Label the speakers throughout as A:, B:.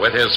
A: With his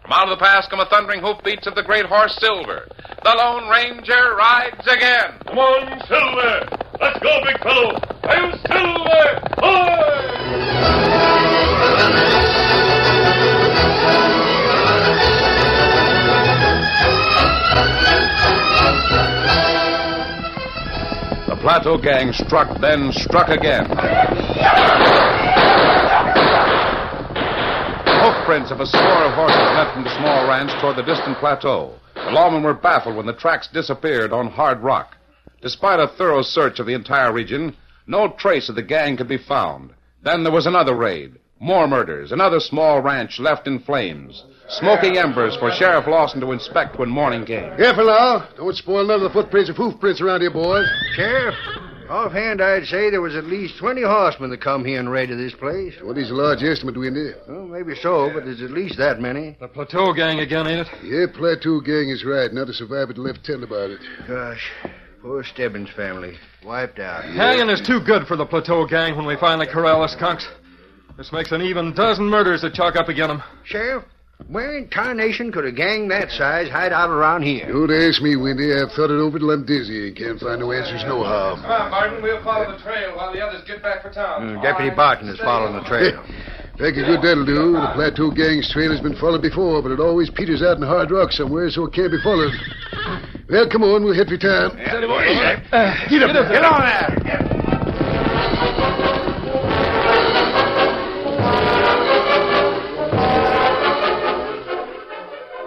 A: From out of the past come the thundering hoofbeats of the great horse Silver. The Lone Ranger rides again.
B: Come on, Silver! Let's go, big fellow! I'm Silver! Hoy!
A: The Plateau gang struck, then struck again. Hoofprints of a score of horses left from the small ranch toward the distant plateau. The lawmen were baffled when the tracks disappeared on hard rock. Despite a thorough search of the entire region, no trace of the gang could be found. Then there was another raid, more murders, another small ranch left in flames, smoking embers for Sheriff Lawson to inspect when morning came.
C: Careful now. Don't spoil none of the footprints or hoofprints around here, boys.
D: Sheriff, offhand, I'd say there was at least 20 horsemen that come here and raided this place.
C: What is a large estimate we need?
D: Well, maybe so, but there's at least that many.
E: The plateau gang again, ain't it?
C: Yeah, Plateau Gang is right. Not a survivor to left tell about it.
D: Gosh, poor Stebbins family. Wiped out.
E: Hanging is too good for the plateau gang when we finally corral the skunks. This makes an even dozen murders to chalk up again them.
D: Sheriff, where in tarnation could a gang that size hide out around here?
C: Don't ask me, Windy. I've thought it over till I'm dizzy and can't find no answers nohow.
F: Come on, Martin. We'll follow the trail while the others get back for town.
D: Mm,
F: All
D: Deputy
F: right.
D: Barton is
F: Stay
D: following
F: on.
D: the trail.
C: Think a good that'll do. The Plateau Gang's trail has been followed before, but it always peters out in hard rock somewhere, so it can't be followed. Well, come on. We'll hit for time.
E: Get on there!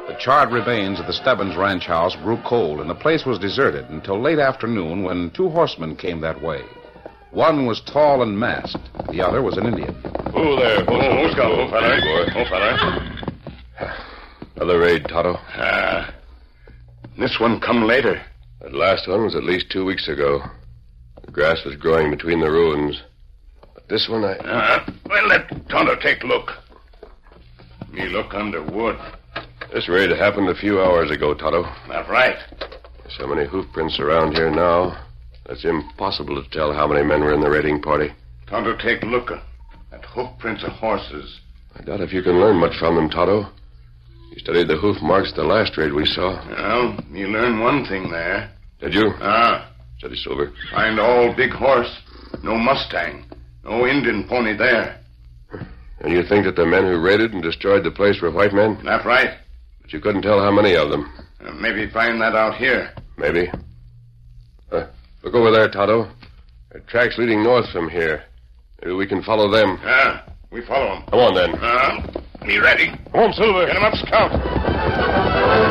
A: The charred remains of the Stebbins ranch house grew cold, and the place was deserted until late afternoon when two horsemen came that way. One was tall and masked, the other was an Indian.
B: Who there? Who's oh, who's got fella? boy. Oh, fella. Another raid, Toto. Ah. This one come later. That last one was at least two weeks ago. The grass was growing between the ruins. But this one, I... well, let Tonto take look. Me look under wood. This raid happened a few hours ago, Toto. That's right. There's so many hoofprints around here now. It's impossible to tell how many men were in the raiding party.
G: Tonto, take look at hoof prints of horses.
B: I doubt if you can learn much from them, Toto. You studied the hoof marks the last raid we saw.
G: Well, you learn one thing there.
B: Did you?
G: Ah,
B: Steady, Silver.
G: find all big horse. No Mustang. No Indian pony there.
B: And you think that the men who raided and destroyed the place were white men?
G: That right?
B: But you couldn't tell how many of them.
G: Uh, maybe find that out here.
B: Maybe. Uh, look over there, Toto. There are tracks leading north from here. Maybe we can follow them.
G: Ah, we follow him.
B: Come on, then.
G: Ah, be ready.
B: Come on, Silver.
G: Get him up, scout.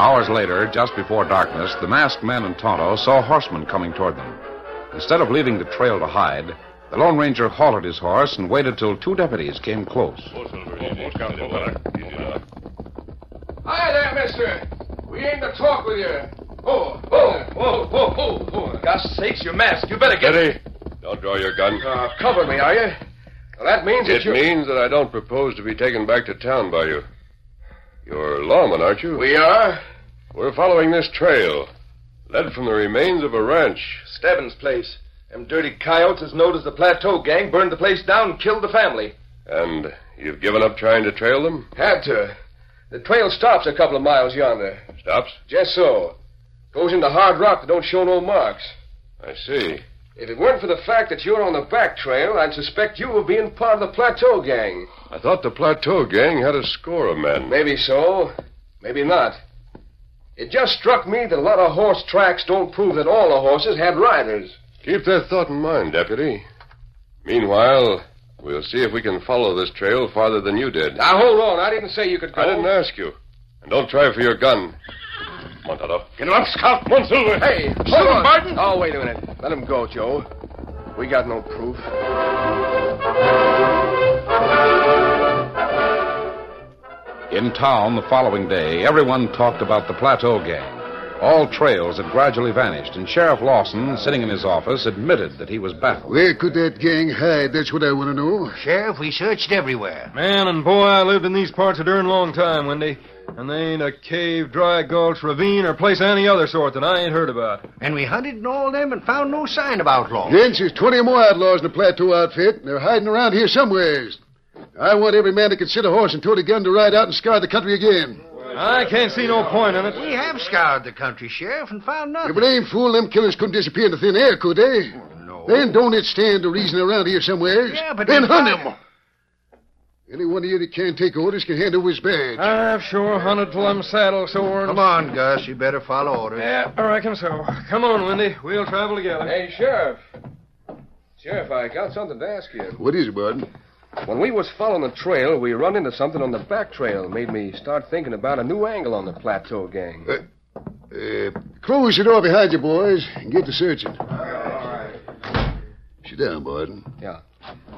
A: Hours later, just before darkness, the masked man and Tonto saw horsemen coming toward them. Instead of leaving the trail to hide, the Lone Ranger halted his horse and waited till two deputies came close.
F: Hi there, mister. We aim to talk with you. Oh, oh, oh, oh, oh, oh. Gosh sakes, you're masked. You better get
B: Steady. Don't draw your gun.
F: Ah, cover me, are you? Well, that means
B: It means that I don't propose to be taken back to town by you. You're lawmen, aren't you?
G: We are
B: We're following this trail, led from the remains of a ranch.
F: Stebbins' place. Them dirty coyotes, as known as the Plateau Gang, burned the place down and killed the family.
B: And you've given up trying to trail them?
F: Had to. The trail stops a couple of miles yonder.
B: Stops?
F: Just so. Goes into hard rock that don't show no marks.
B: I see.
F: If it weren't for the fact that you're on the back trail, I'd suspect you of being part of the Plateau Gang.
B: I thought the plateau gang had a score of men.
F: Maybe so, maybe not. It just struck me that a lot of horse tracks don't prove that all the horses had riders.
B: Keep that thought in mind, Deputy. Meanwhile, we'll see if we can follow this trail farther than you did.
F: Now hold on, I didn't say you could go.
B: I didn't ask you. And don't try for your gun. Come on, Toto. Get him up, Scout. Come on, Silver.
F: Hey, hold on, Martin. Oh, wait a minute. Let him go, Joe. We got no proof.
A: In town the following day, everyone talked about the Plateau Gang. All trails had gradually vanished, and Sheriff Lawson, sitting in his office, admitted that he was baffled.
H: Where could that gang hide? That's what I want to know.
C: Sheriff, we searched everywhere.
D: Man and boy, I lived in these parts a darn long time, Wendy. And they ain't a cave, dry gulch, ravine, or place of any other sort that I ain't heard about.
C: And we hunted in all them and found no sign of outlaws.
H: Gents, there's 20 or more outlaws in the Plateau outfit. They're hiding around here somewheres. I want every man that can sit a horse and tote a gun to ride out and scour the country again.
D: I can't see no point in it.
C: We have scoured the country, Sheriff, and found
H: If
C: nothing. Oh,
H: it ain't fool, them killers couldn't disappear into thin air, could they?
C: No.
H: Then don't it stand to reason around here somewheres?
C: Yeah, but
H: then
C: we-
H: hunt 'em. Any one of you that can't take orders can hand over his badge.
D: I've sure hunted till I'm saddle sore.
C: Come on, Gus. You better follow orders.
D: Yeah, I reckon so. Come on, Wendy. We'll travel together.
F: Hey, Sheriff. Sheriff, I got something to ask you.
H: What is it, bud?
F: When we was following the trail, we run into something on the back trail. Made me start thinking about a new angle on the Plateau Gang.
H: Uh, close the door behind you, boys, and get to searching. All right. Sit down, Barton.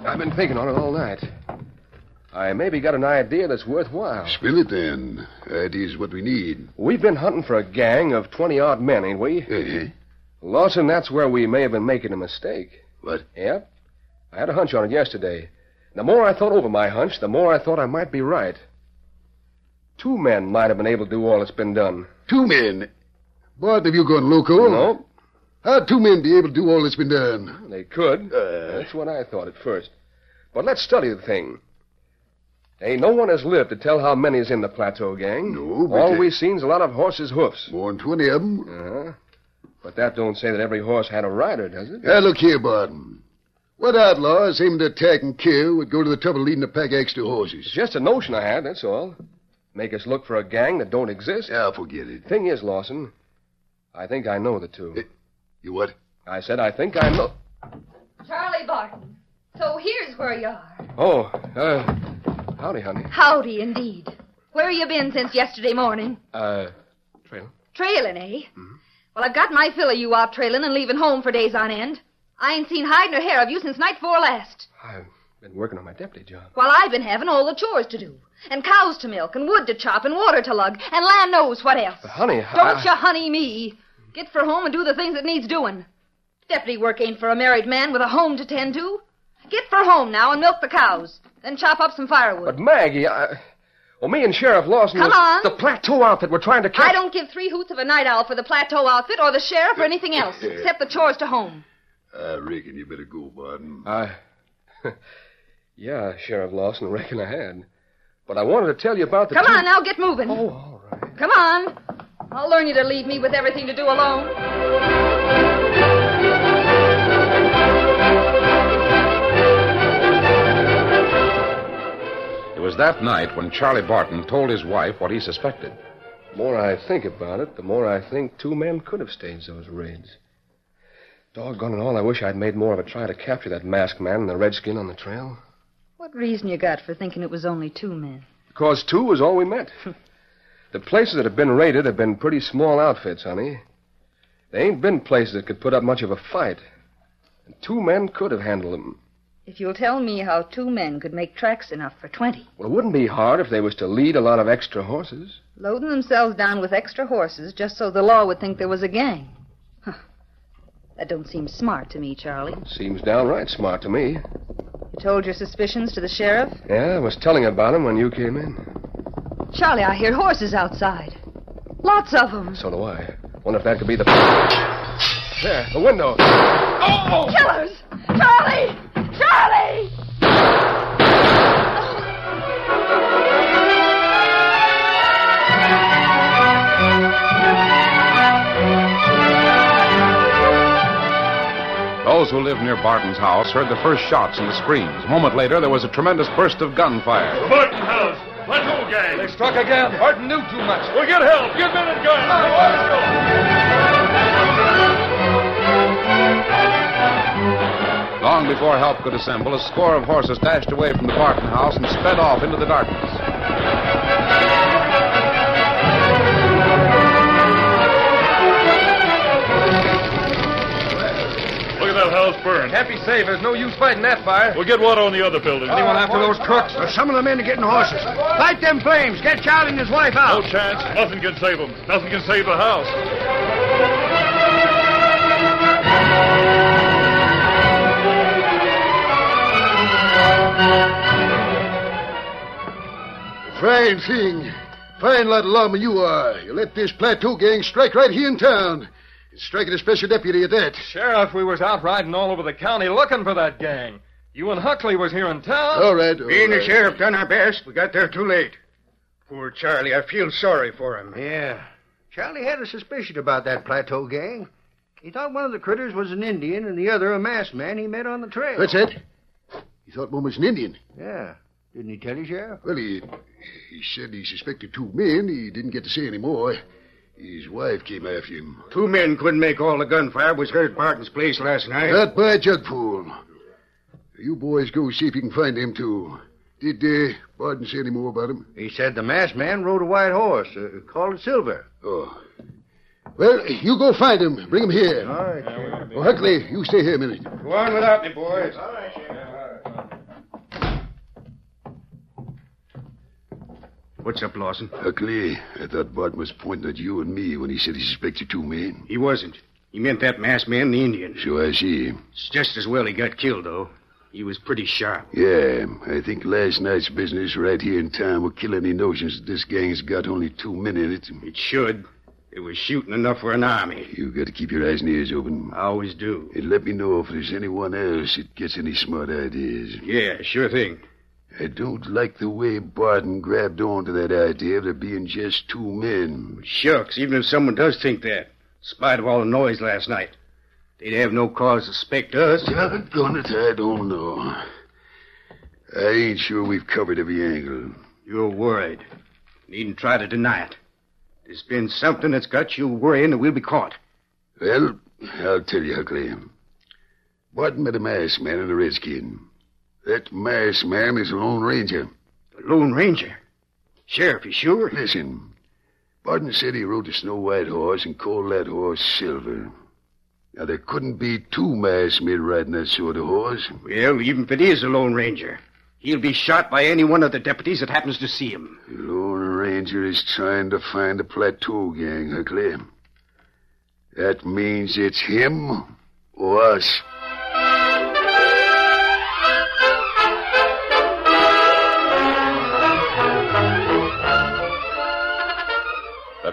F: I've been thinking on it all night. I maybe got an idea that's worthwhile.
H: Spill it then. That is what we need.
F: We've been hunting for a gang of 20 odd men, ain't we?
H: Eh?
F: Lawson, that's where we may have been making a mistake.
H: What?
F: Yep. I had a hunch on it yesterday. The more I thought over my hunch, the more I thought I might be right. Two men might have been able to do all that's been done.
H: Two men. Barton, have you gone loco?
F: No,
H: How'd two men be able to do all that's been done?
F: they could.
H: Uh,
F: That's what I thought at first. But let's study the thing. Ain't no one has lived to tell how many's in the plateau gang.
H: No, but
F: all
H: they-
F: we seen's a lot of horses' hoofs.
H: more than 20 of them.
F: Uh-huh. But that don't say that every horse had a rider, does it?
H: Now, look here, Barton. What outlaws aiming to attack and kill would go to the trouble of leading a pack of extra
F: It's
H: horses?
F: just a notion I had, that's all. Make us look for a gang that don't exist.
H: Ah, forget it. Eh,
F: Thing is, Lawson, I think I know the two.
H: You what?
F: I said, I think I know.
I: Charlie Barton. So here's where you are.
F: Oh, uh, howdy, honey.
I: Howdy, indeed. Where you been since yesterday morning?
F: Uh,
I: Trailing, eh? Well, I've got my fill of you out trailing and leaving home for days on end. I ain't seen hide nor hair of you since night before last.
F: I've been working on my deputy job.
I: While I've been having all the chores to do, and cows to milk, and wood to chop, and water to lug, and land knows what else.
F: Honey,
I: Don't
F: Uh, I...
I: you honey me. Get for home and do the things that needs doing. Deputy work ain't for a married man with a home to tend to. Get for home now and milk the cows. Then chop up some firewood.
F: But Maggie, I... Well, me and Sheriff Lawson...
I: Come
F: was-
I: on.
F: The plateau outfit we're trying to catch...
I: I don't give three hoots of a night owl for the plateau outfit or the sheriff or anything else except the chores to home.
H: I reckon you better go, Barton.
F: I... yeah, Sheriff Lawson, I reckon I had. But I wanted to tell you about the
I: Come
F: two-
I: on now, get moving.
F: Oh, all right.
I: Come on. I'll learn you to leave me with everything to do alone.
A: It was that night when Charlie Barton told his wife what he suspected.
F: The more I think about it, the more I think two men could have staged those raids. Doggone it all, I wish I'd made more of a try to capture that masked man and the redskin on the trail.
I: What reason you got for thinking it was only two men?
F: Because two was all we met. the places that have been raided have been pretty small outfits, honey. They ain't been places that could put up much of a fight. And two men could have handled them.
I: If you'll tell me how two men could make tracks enough for twenty,
F: Well, it wouldn't be hard if they was to lead a lot of extra horses.
I: loading themselves down with extra horses just so the law would think there was a gang. Huh. That don't seem smart to me, Charlie.
F: Seems downright smart to me.
I: You told your suspicions to the sheriff?
F: Yeah, I was telling about him when you came in.
I: Charlie, I hear horses outside. Lots of them.
F: So do I. Wonder if that could be the... There, the window.
I: Killers! Charlie! Charlie!
A: Those who lived near Barton's house heard the first shots and the screams. A moment later, there was a tremendous burst of gunfire.
E: Barton House! Plateau Gang!
D: They struck again. Barton knew too much.
E: Well, get help! Get men and guns!
A: Long before help could assemble, a score of horses dashed away from the Barton house and sped off into the darkness.
E: Look at that house
J: house burned.
E: Can't be safe. There's no use fighting that fire.
J: We'll get water on the other building.
E: Anyone
D: Ah.
E: after those trucks?
D: Well, some of the men are getting horses. Light them flames. Get Charlie and his wife
J: No
D: out.
J: chance. Nothing can save them. Nothing can save the house.
C: Fine thing. Fine lot of lawmen you are. You let this plateau gang strike right here in town. It's striking a special deputy at that.
E: Sheriff, we was out riding all over the county looking for that gang. You and Huckley was here in town.
C: All right. all
D: Me and the
C: right.
D: sheriff done our best. We got there too late. Poor Charlie. I feel sorry for him. Yeah. Charlie had a suspicion about that plateau gang. He thought one of the critters was an Indian and the other a masked man he met on the trail.
C: That's it. He thought one was an Indian.
D: Yeah. Didn't he tell you, Sheriff?
C: Well, he, he said he suspected two men. He didn't get to say any more. His wife came after him.
D: Two men couldn't make all the gunfire was heard at Martin's place last night.
C: That by Jugful. You boys go see if you can find him, too. Did uh, Barton say any more about him?
D: He said the masked man rode a white horse, uh, called Silver.
C: Oh. Well, you go find him. Bring him here.
D: right.
C: Oh, Huckley, you stay here a minute.
D: Go on without me, boys. All right, What's up, Lawson?
C: Huckley, I thought Barton was pointing at you and me when he said he suspected two men.
D: He wasn't. He meant that masked man, the Indian.
C: So I see.
D: It's just as well he got killed, though. He was pretty sharp.
C: Yeah, I think last night's business right here in town will kill any notions that this gang's got only two men in it.
D: It should. It was shooting enough for an army.
C: You got to keep your eyes and ears open.
D: I always do.
C: And let me know if there's anyone else that gets any smart ideas.
D: Yeah, sure thing.
C: I don't like the way Barton grabbed on to that idea of there being just two men.
D: Shucks, even if someone does think that, in spite of all the noise last night, they'd have no cause to suspect us.
C: Doggone it, I don't know. I ain't sure we've covered every angle.
D: You're worried. Needn't try to deny it. There's been something that's got you worrying that we'll be caught.
C: Well, I'll tell you, Huckley. Barton met a masked man and a redskin. That masked man is a Lone Ranger.
D: The Lone Ranger. Sheriff, you sure?
C: Listen, Barton said he rode the Snow White horse and called that horse Silver. Now, there couldn't be two masked men riding that sort of horse.
D: Well, even if it is the Lone Ranger, he'll be shot by any one of the deputies that happens to see him.
C: The Lone Ranger is trying to find the plateau gang, Huckley. That means it's him or us.
A: The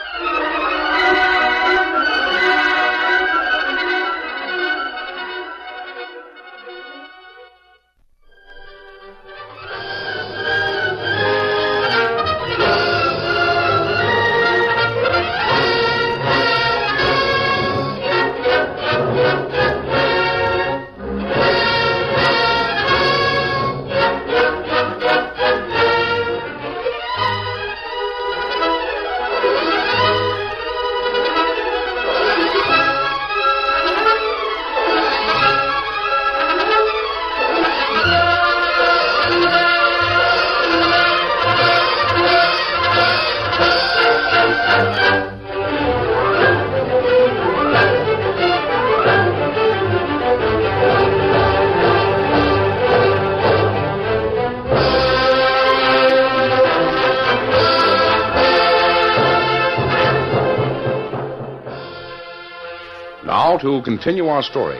A: Now to continue our story.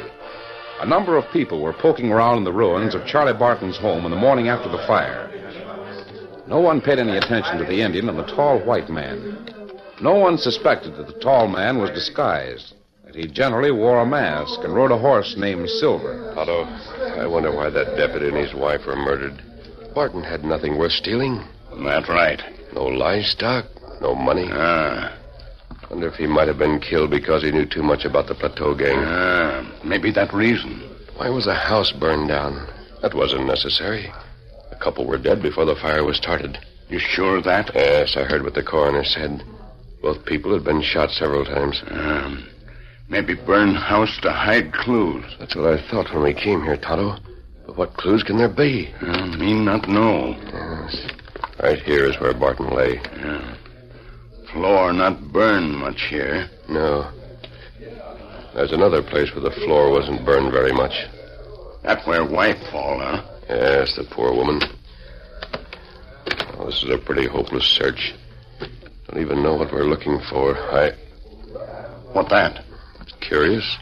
A: A number of people were poking around in the ruins of Charlie Barton's home in the morning after the fire. No one paid any attention to the Indian and the tall white man. No one suspected that the tall man was disguised, that he generally wore a mask and rode a horse named Silver.
B: Otto,
G: uh,
B: I wonder why that deputy and his wife were murdered. Barton had nothing worth stealing.
G: That's right.
B: No livestock, no money.
G: Ah,
B: Wonder if he might have been killed because he knew too much about the plateau gang.
G: ah, maybe that reason.
B: Why was the house burned down? That wasn't necessary. A couple were dead before the fire was started.
G: You sure of that?
B: Yes, I heard what the coroner said. Both people had been shot several times.
G: Um, maybe burn house to hide clues.
B: That's what I thought when we came here, Tonto. But what clues can there be?
G: Uh, me not know.
B: Yes. Right here is where Barton lay.
G: Floor not burned much here.
B: No. There's another place where the floor wasn't burned very much.
G: That where wife fall, huh?
B: Yes, the poor woman. Well, this is a pretty hopeless search. Don't even know what we're looking for. I.
G: What that?
B: Curious.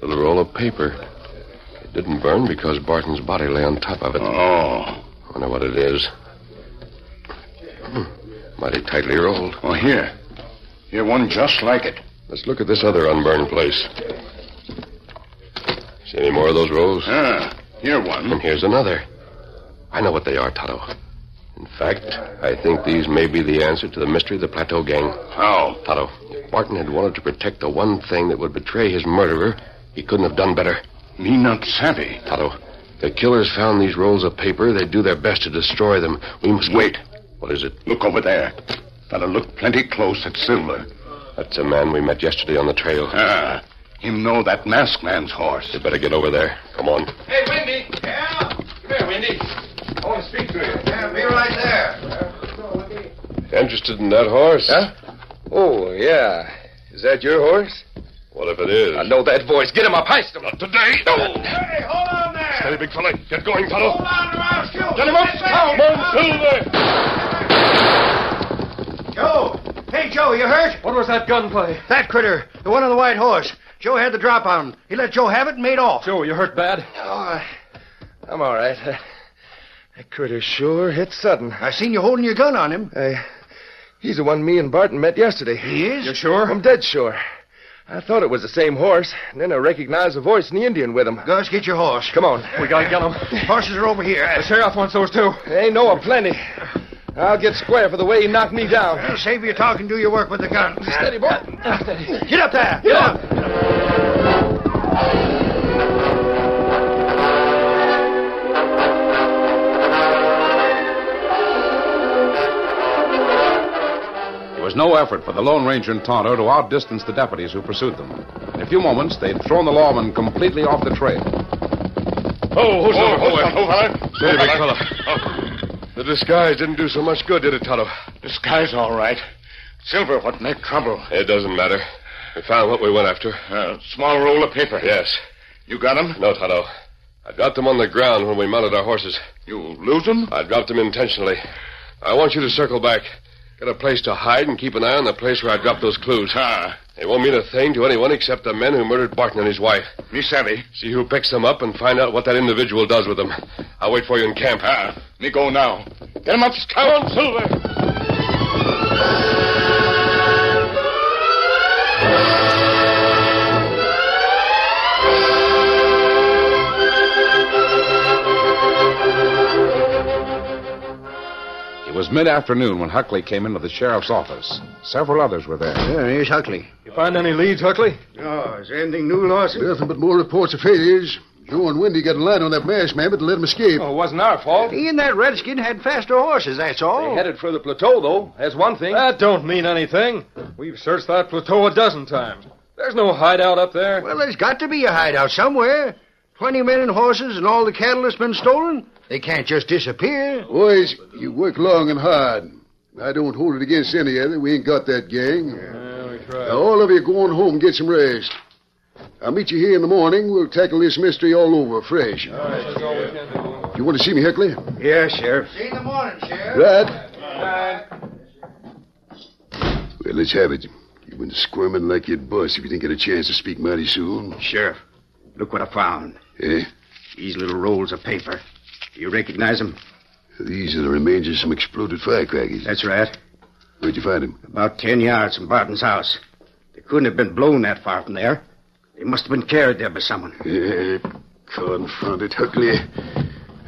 B: Little roll of paper. It didn't burn because Barton's body lay on top of it.
G: Oh.
B: Wonder what it is. Hmm, Mighty tightly rolled.
G: Oh, here. Here, one just like it.
B: Let's look at this other unburned place. See any more of those rolls?
G: Ah, here
B: And
G: one.
B: here's another. I know what they are, Toto. In fact, I think these may be the answer to the mystery of the Plateau Gang.
G: How?
B: Toto, if Barton had wanted to protect the one thing that would betray his murderer, he couldn't have done better.
G: Me not savvy.
B: Toto, the killers found these rolls of paper. They do their best to destroy them. We must
G: Wait.
B: What is it?
G: Look over there. Fella look plenty close at Silver.
B: That's a man we met yesterday on the trail.
G: Ah, him know that masked man's horse.
B: You better get over there. Come on.
D: Hey, Wendy. Yeah? Come here, Wendy. I want to speak to you. Yeah, be right there.
B: Interested in that horse? Huh?
F: Oh, yeah. Is that your horse?
B: What if it is?
F: I know that voice. Get him up, heist him.
B: Today? No.
D: Hey, hold on there.
B: Steady, big fella. Get going,
D: on
B: Toto.
D: or I'll shoot.
B: Get him up. Come on, Silver.
D: Joe. Hey, Joe, you hurt?
E: What was that gunplay?
D: That critter. The one on the white horse. Joe had the drop on him. He let Joe have it and made off.
E: Joe, you hurt bad?
F: Oh, I'm all right. That critter sure hit sudden.
D: I seen you holding your gun on him.
F: Uh, he's the one me and Barton met yesterday.
D: He is?
E: You sure?
F: I'm dead sure. I thought it was the same horse, and then I recognized the voice in the Indian with him.
D: Gus, get your horse.
F: Come on.
E: We gotta get him.
D: Horses are over here.
E: The sheriff wants those too.
F: They know a plenty. I'll get square for the way he knocked me down.
D: I'll save your talk and do your work with the gun.
F: Steady, boy.
E: Ah,
D: Get up there. Get up.
A: It was no effort for the Lone Ranger and Tonto to outdistance the deputies who pursued them. In a few moments, they'd thrown the lawman completely off the trail.
J: Oh, who's
B: Oh,
J: over?
B: oh,
J: Who's
B: oh,
J: over?
B: Steady, big fella. Oh. The disguise didn't do so much good, did it, Toto?
G: This guy's all right. Silver, what make trouble?
B: It doesn't matter. We found what we went after.
G: Uh, small roll of paper.
B: Yes.
G: You got him?
B: No, Toto. I dropped them on the ground when we mounted our horses.
G: You lose him?
B: I dropped them intentionally. I want you to circle back. Get a place to hide and keep an eye on the place where I dropped those clues.
G: Ah,
B: It won't mean a thing to anyone except the men who murdered Barton and his wife.
G: me savvy.
B: See who picks them up and find out what that individual does with them. I'll wait for you in camp.
G: Ah, me go now. Get him up, Scout. Silver.
A: It was mid afternoon when Huckley came into the sheriff's office. Several others were there.
D: Yeah, here's Huckley.
E: You find any leads, Huckley?
D: Oh, is there anything new, Lawson?
C: Nothing but more reports of failures. Joe and Wendy got a line on that masked man, but let him escape.
E: Oh, it wasn't our fault.
D: He and that redskin had faster horses, that's all.
F: Headed for the plateau, though. That's one thing.
E: That don't mean anything. We've searched that plateau a dozen times. There's no hideout up there.
D: Well, there's got to be a hideout somewhere. Twenty men and horses and all the cattle that's been stolen. They can't just disappear.
C: Boys, you work long and hard. I don't hold it against any of you. We ain't got that gang.
E: Yeah, we
C: Now,
E: tried.
C: all of you go on home and get some rest. I'll meet you here in the morning. We'll tackle this mystery all over fresh.
E: That's all we can do.
C: You want to see me, Hickley?
D: Yes, Sheriff. See you in the morning, Sheriff.
C: Right. Well, let's have it. You went squirming like you'd bust if you didn't get a chance to speak mighty soon.
D: Sheriff, look what I found.
C: Eh?
D: These little rolls of paper. Do you recognize them?
C: These are the remains of some exploded firecrackers.
D: That's right.
C: Where'd you find them?
D: About ten yards from Barton's house. They couldn't have been blown that far from there. They must have been carried there by someone.
C: Eh, Confounded Huckley.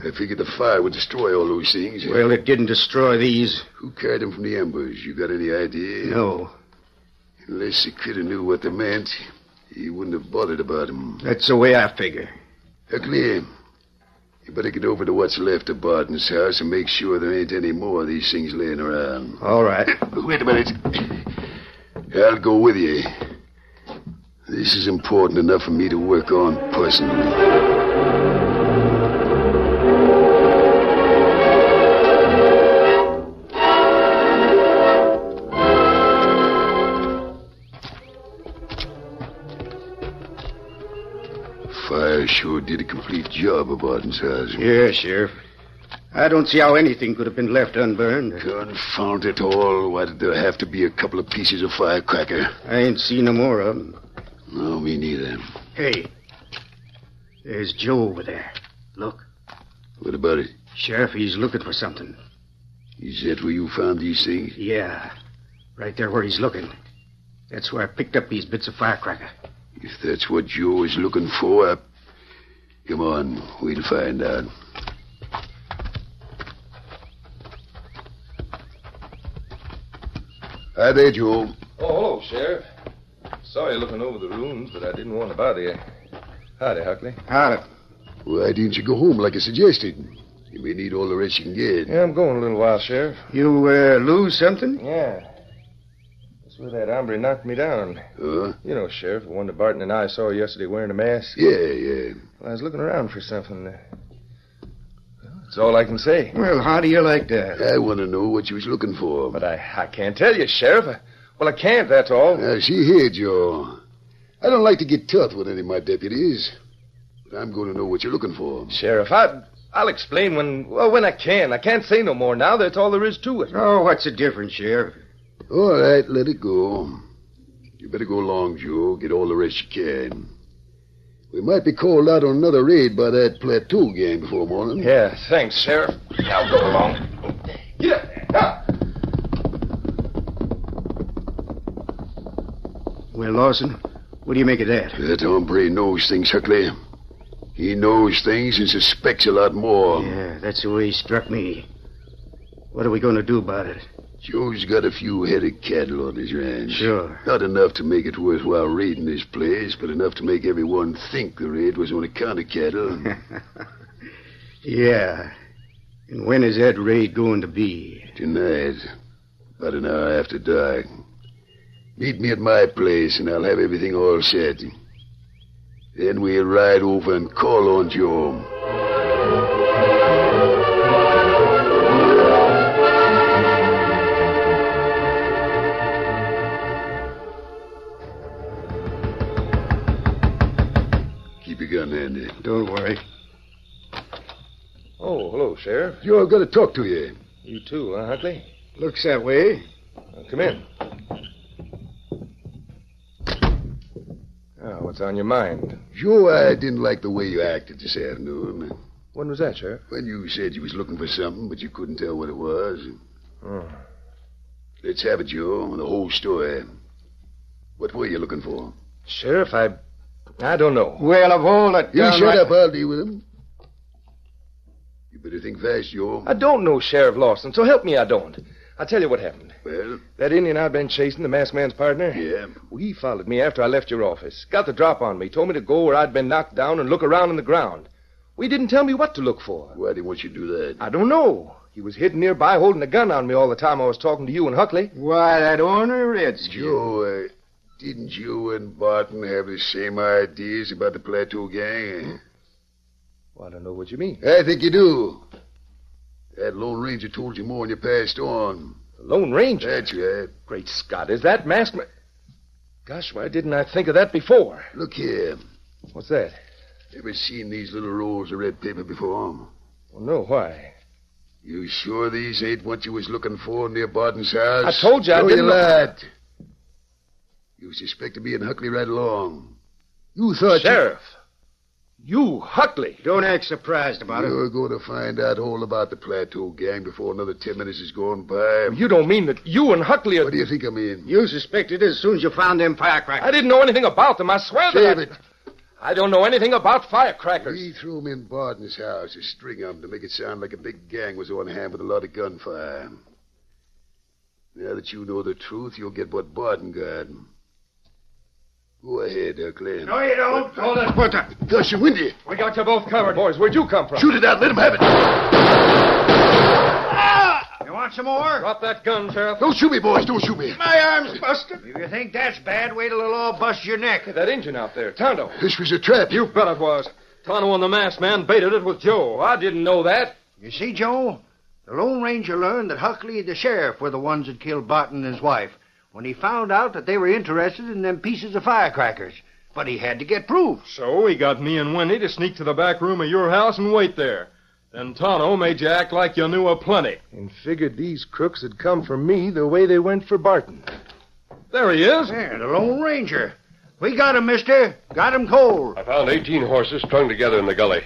C: I figured the fire would destroy all those things.
D: Well, it didn't destroy these.
C: Who carried them from the ambush? You got any idea?
D: No.
C: Unless the critter knew what they meant, he wouldn't have bothered about them.
D: That's the way I figure.
C: Huckley, you better get over to what's left of Barton's house and make sure there ain't any more of these things laying around.
D: All right.
C: Wait a minute. I'll go with you. This is important enough for me to work on personally. fire sure did a complete job of Barton's house.
K: Yeah, Sheriff. I don't see how anything could have been left unburned.
C: Confound it all. Why did there have to be a couple of pieces of firecracker?
K: I ain't seen no more of 'em.
C: No, me neither.
K: Hey, there's Joe over there. Look,
C: What about it?
K: Sheriff, he's looking for something.
C: Is that where you found these things?
K: Yeah, right there where he's looking. That's where I picked up these bits of firecracker.
C: If that's what Joe is looking for, I... come on, we'll find out. Hi there, Joe.
E: Oh, hello, Sheriff. Sorry looking over the rooms, but I didn't want to bother you. Howdy, Huckley.
K: Howdy.
C: Why didn't you go home like I suggested? You may need all the rest you can get.
E: Yeah, I'm going a little while, Sheriff.
K: You uh, lose something?
E: Yeah. That's where that hombre knocked me down.
C: Huh?
E: You know, Sheriff, the one that Barton and I saw yesterday wearing a mask.
C: Yeah, yeah.
E: Well, I was looking around for something. Well, that's all I can say.
K: Well, how do you like that?
C: I want to know what you was looking for.
E: But I, I can't tell you, Sheriff. I, well, I can't, that's all.
C: Now, see here, Joe. I don't like to get tough with any of my deputies, but I'm going to know what you're looking for.
E: Sheriff, I, I'll explain when, well, when I can. I can't say no more now. That's all there is to it.
K: Oh, what's the difference, Sheriff?
C: All right, let it go. You better go along, Joe. Get all the rest you can. We might be called out on another raid by that plateau gang before morning.
E: Yeah, thanks, Sheriff. I'll go along. Get up.
K: Well, Lawson, what do you make of that?
C: That hombre knows things, Huckley. He knows things and suspects a lot more.
K: Yeah, that's the way he struck me. What are we going to do about it?
C: Joe's got a few head of cattle on his ranch.
K: Sure.
C: Not enough to make it worthwhile raiding this place, but enough to make everyone think the raid was on account of cattle.
K: Yeah. And when is that raid going to be?
C: Tonight, about an hour after dark. Meet me at my place, and I'll have everything all set. Then we'll ride over and call on Joe. Keep your gun handy.
K: Don't worry.
E: Oh, hello, Sheriff.
C: Joe, I've got to talk to you.
E: You too, huh, Huckley?
K: Looks that way.
E: Well, come in. Oh, what's on your mind?
C: Joe, I didn't like the way you acted this afternoon.
E: When was that, Sheriff?
C: When you said you was looking for something, but you couldn't tell what it was.
E: Oh.
C: Let's have it, Joe, the whole story. What were you looking for?
E: Sheriff, I. I don't know.
K: Well, of all that.
C: You shut
K: downright-
C: up. I'll deal with him. You better think fast, Joe.
E: I don't know Sheriff Lawson, so help me, I don't. I'll tell you what happened.
C: Well,
E: That Indian I'd been chasing, the masked man's partner,
C: yeah.
E: he followed me after I left your office. Got the drop on me, told me to go where I'd been knocked down and look around in the ground. Well, he didn't tell me what to look for.
C: Why do you want you to do that?
E: I don't know. He was hidden nearby holding a gun on me all the time I was talking to you and Huckley.
K: Why, that ornery redskin.
C: Joe, uh, didn't you and Barton have the same ideas about the Plateau Gang?
E: Well, I don't know what you mean.
C: I think you do. That Lone Ranger told you more and you passed on.
E: The Lone Ranger.
C: That's right.
E: Great Scott, is that masked man? Gosh, why didn't I think of that before?
C: Look here.
E: What's that?
C: Ever seen these little rolls of red paper before?
E: Well, no, why?
C: You sure these ain't what you was looking for near Barton's house?
E: I told you I
C: no,
E: didn't-
C: You lied. You suspected me and Huckley right along. You thought
E: Sheriff. You, Huckley.
K: Don't act surprised
C: you,
K: about it.
C: you're going to find out all about the Plateau Gang before another ten minutes is gone by.
E: You don't mean that you and Huckley are.
C: What do you think I mean?
K: You suspected it as soon as you found them firecrackers.
E: I didn't know anything about them. I swear
C: Save
E: that.
C: it.
E: I... I don't know anything about firecrackers.
C: We threw 'em in Barton's house to string 'em to make it sound like a big gang was on hand with a lot of gunfire. Now that you know the truth, you'll get what Barton got. Go ahead, uh, Huckley.
K: No, you don't. Hold it. Put that.
C: Gush, you're windy.
E: We got you both covered. Boys, where'd you come from?
C: Shoot it out. Let him have it.
K: You want some more?
E: Drop that gun, Sheriff.
C: Don't shoot me, boys. Don't shoot me.
K: My arm's busted.
D: If you think that's bad, wait till it'll all bust your neck.
E: That engine out there, Tonto.
C: This was a trap.
E: You bet it was. Tonto and the masked man baited it with Joe. I didn't know that.
D: You see, Joe, the Lone Ranger learned that Huckley and the sheriff were the ones that killed Barton and his wife when he found out that they were interested in them pieces of firecrackers. But he had to get proof. So he got me and Wendy to sneak to the back room of your house and wait there. Then Tonto made you act like you knew a plenty.
E: And figured these crooks had come for me the way they went for Barton.
D: There he is.
L: There, the Lone Ranger. We got him, mister. Got him cold.
B: I found 18 horses strung together in the gully.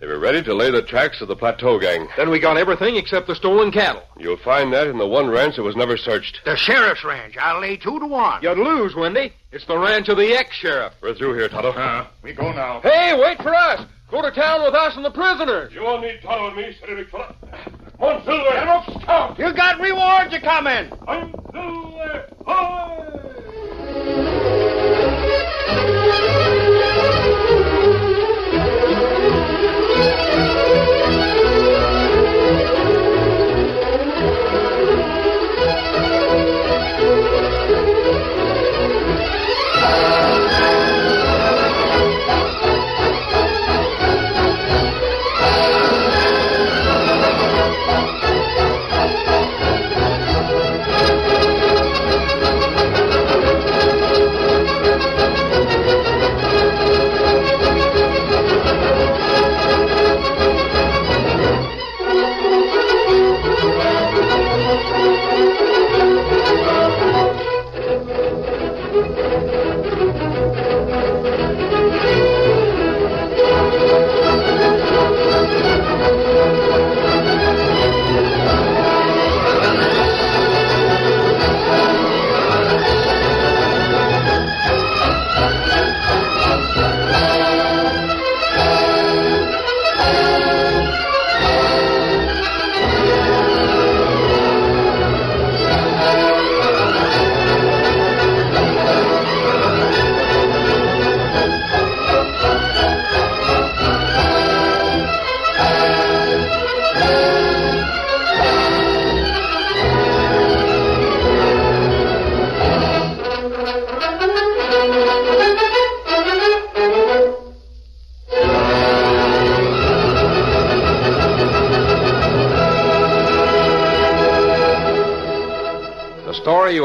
B: They were ready to lay the tracks of the plateau gang.
D: Then we got everything except the stolen cattle.
B: You'll find that in the one ranch that was never searched.
L: The sheriff's ranch. I'll lay two to one.
D: You'd lose, Wendy. It's the ranch of the ex-sheriff.
B: We're through here, Tonto.
D: Ah,
M: We go now.
D: Hey, wait for us. Go to town with us and the prisoners.
M: You won't need Tonto and me, steady, big fella. Come on, Silver. Head up, scout.
L: You got rewards a coming.
M: I'm Silver. Hoy!
A: The story you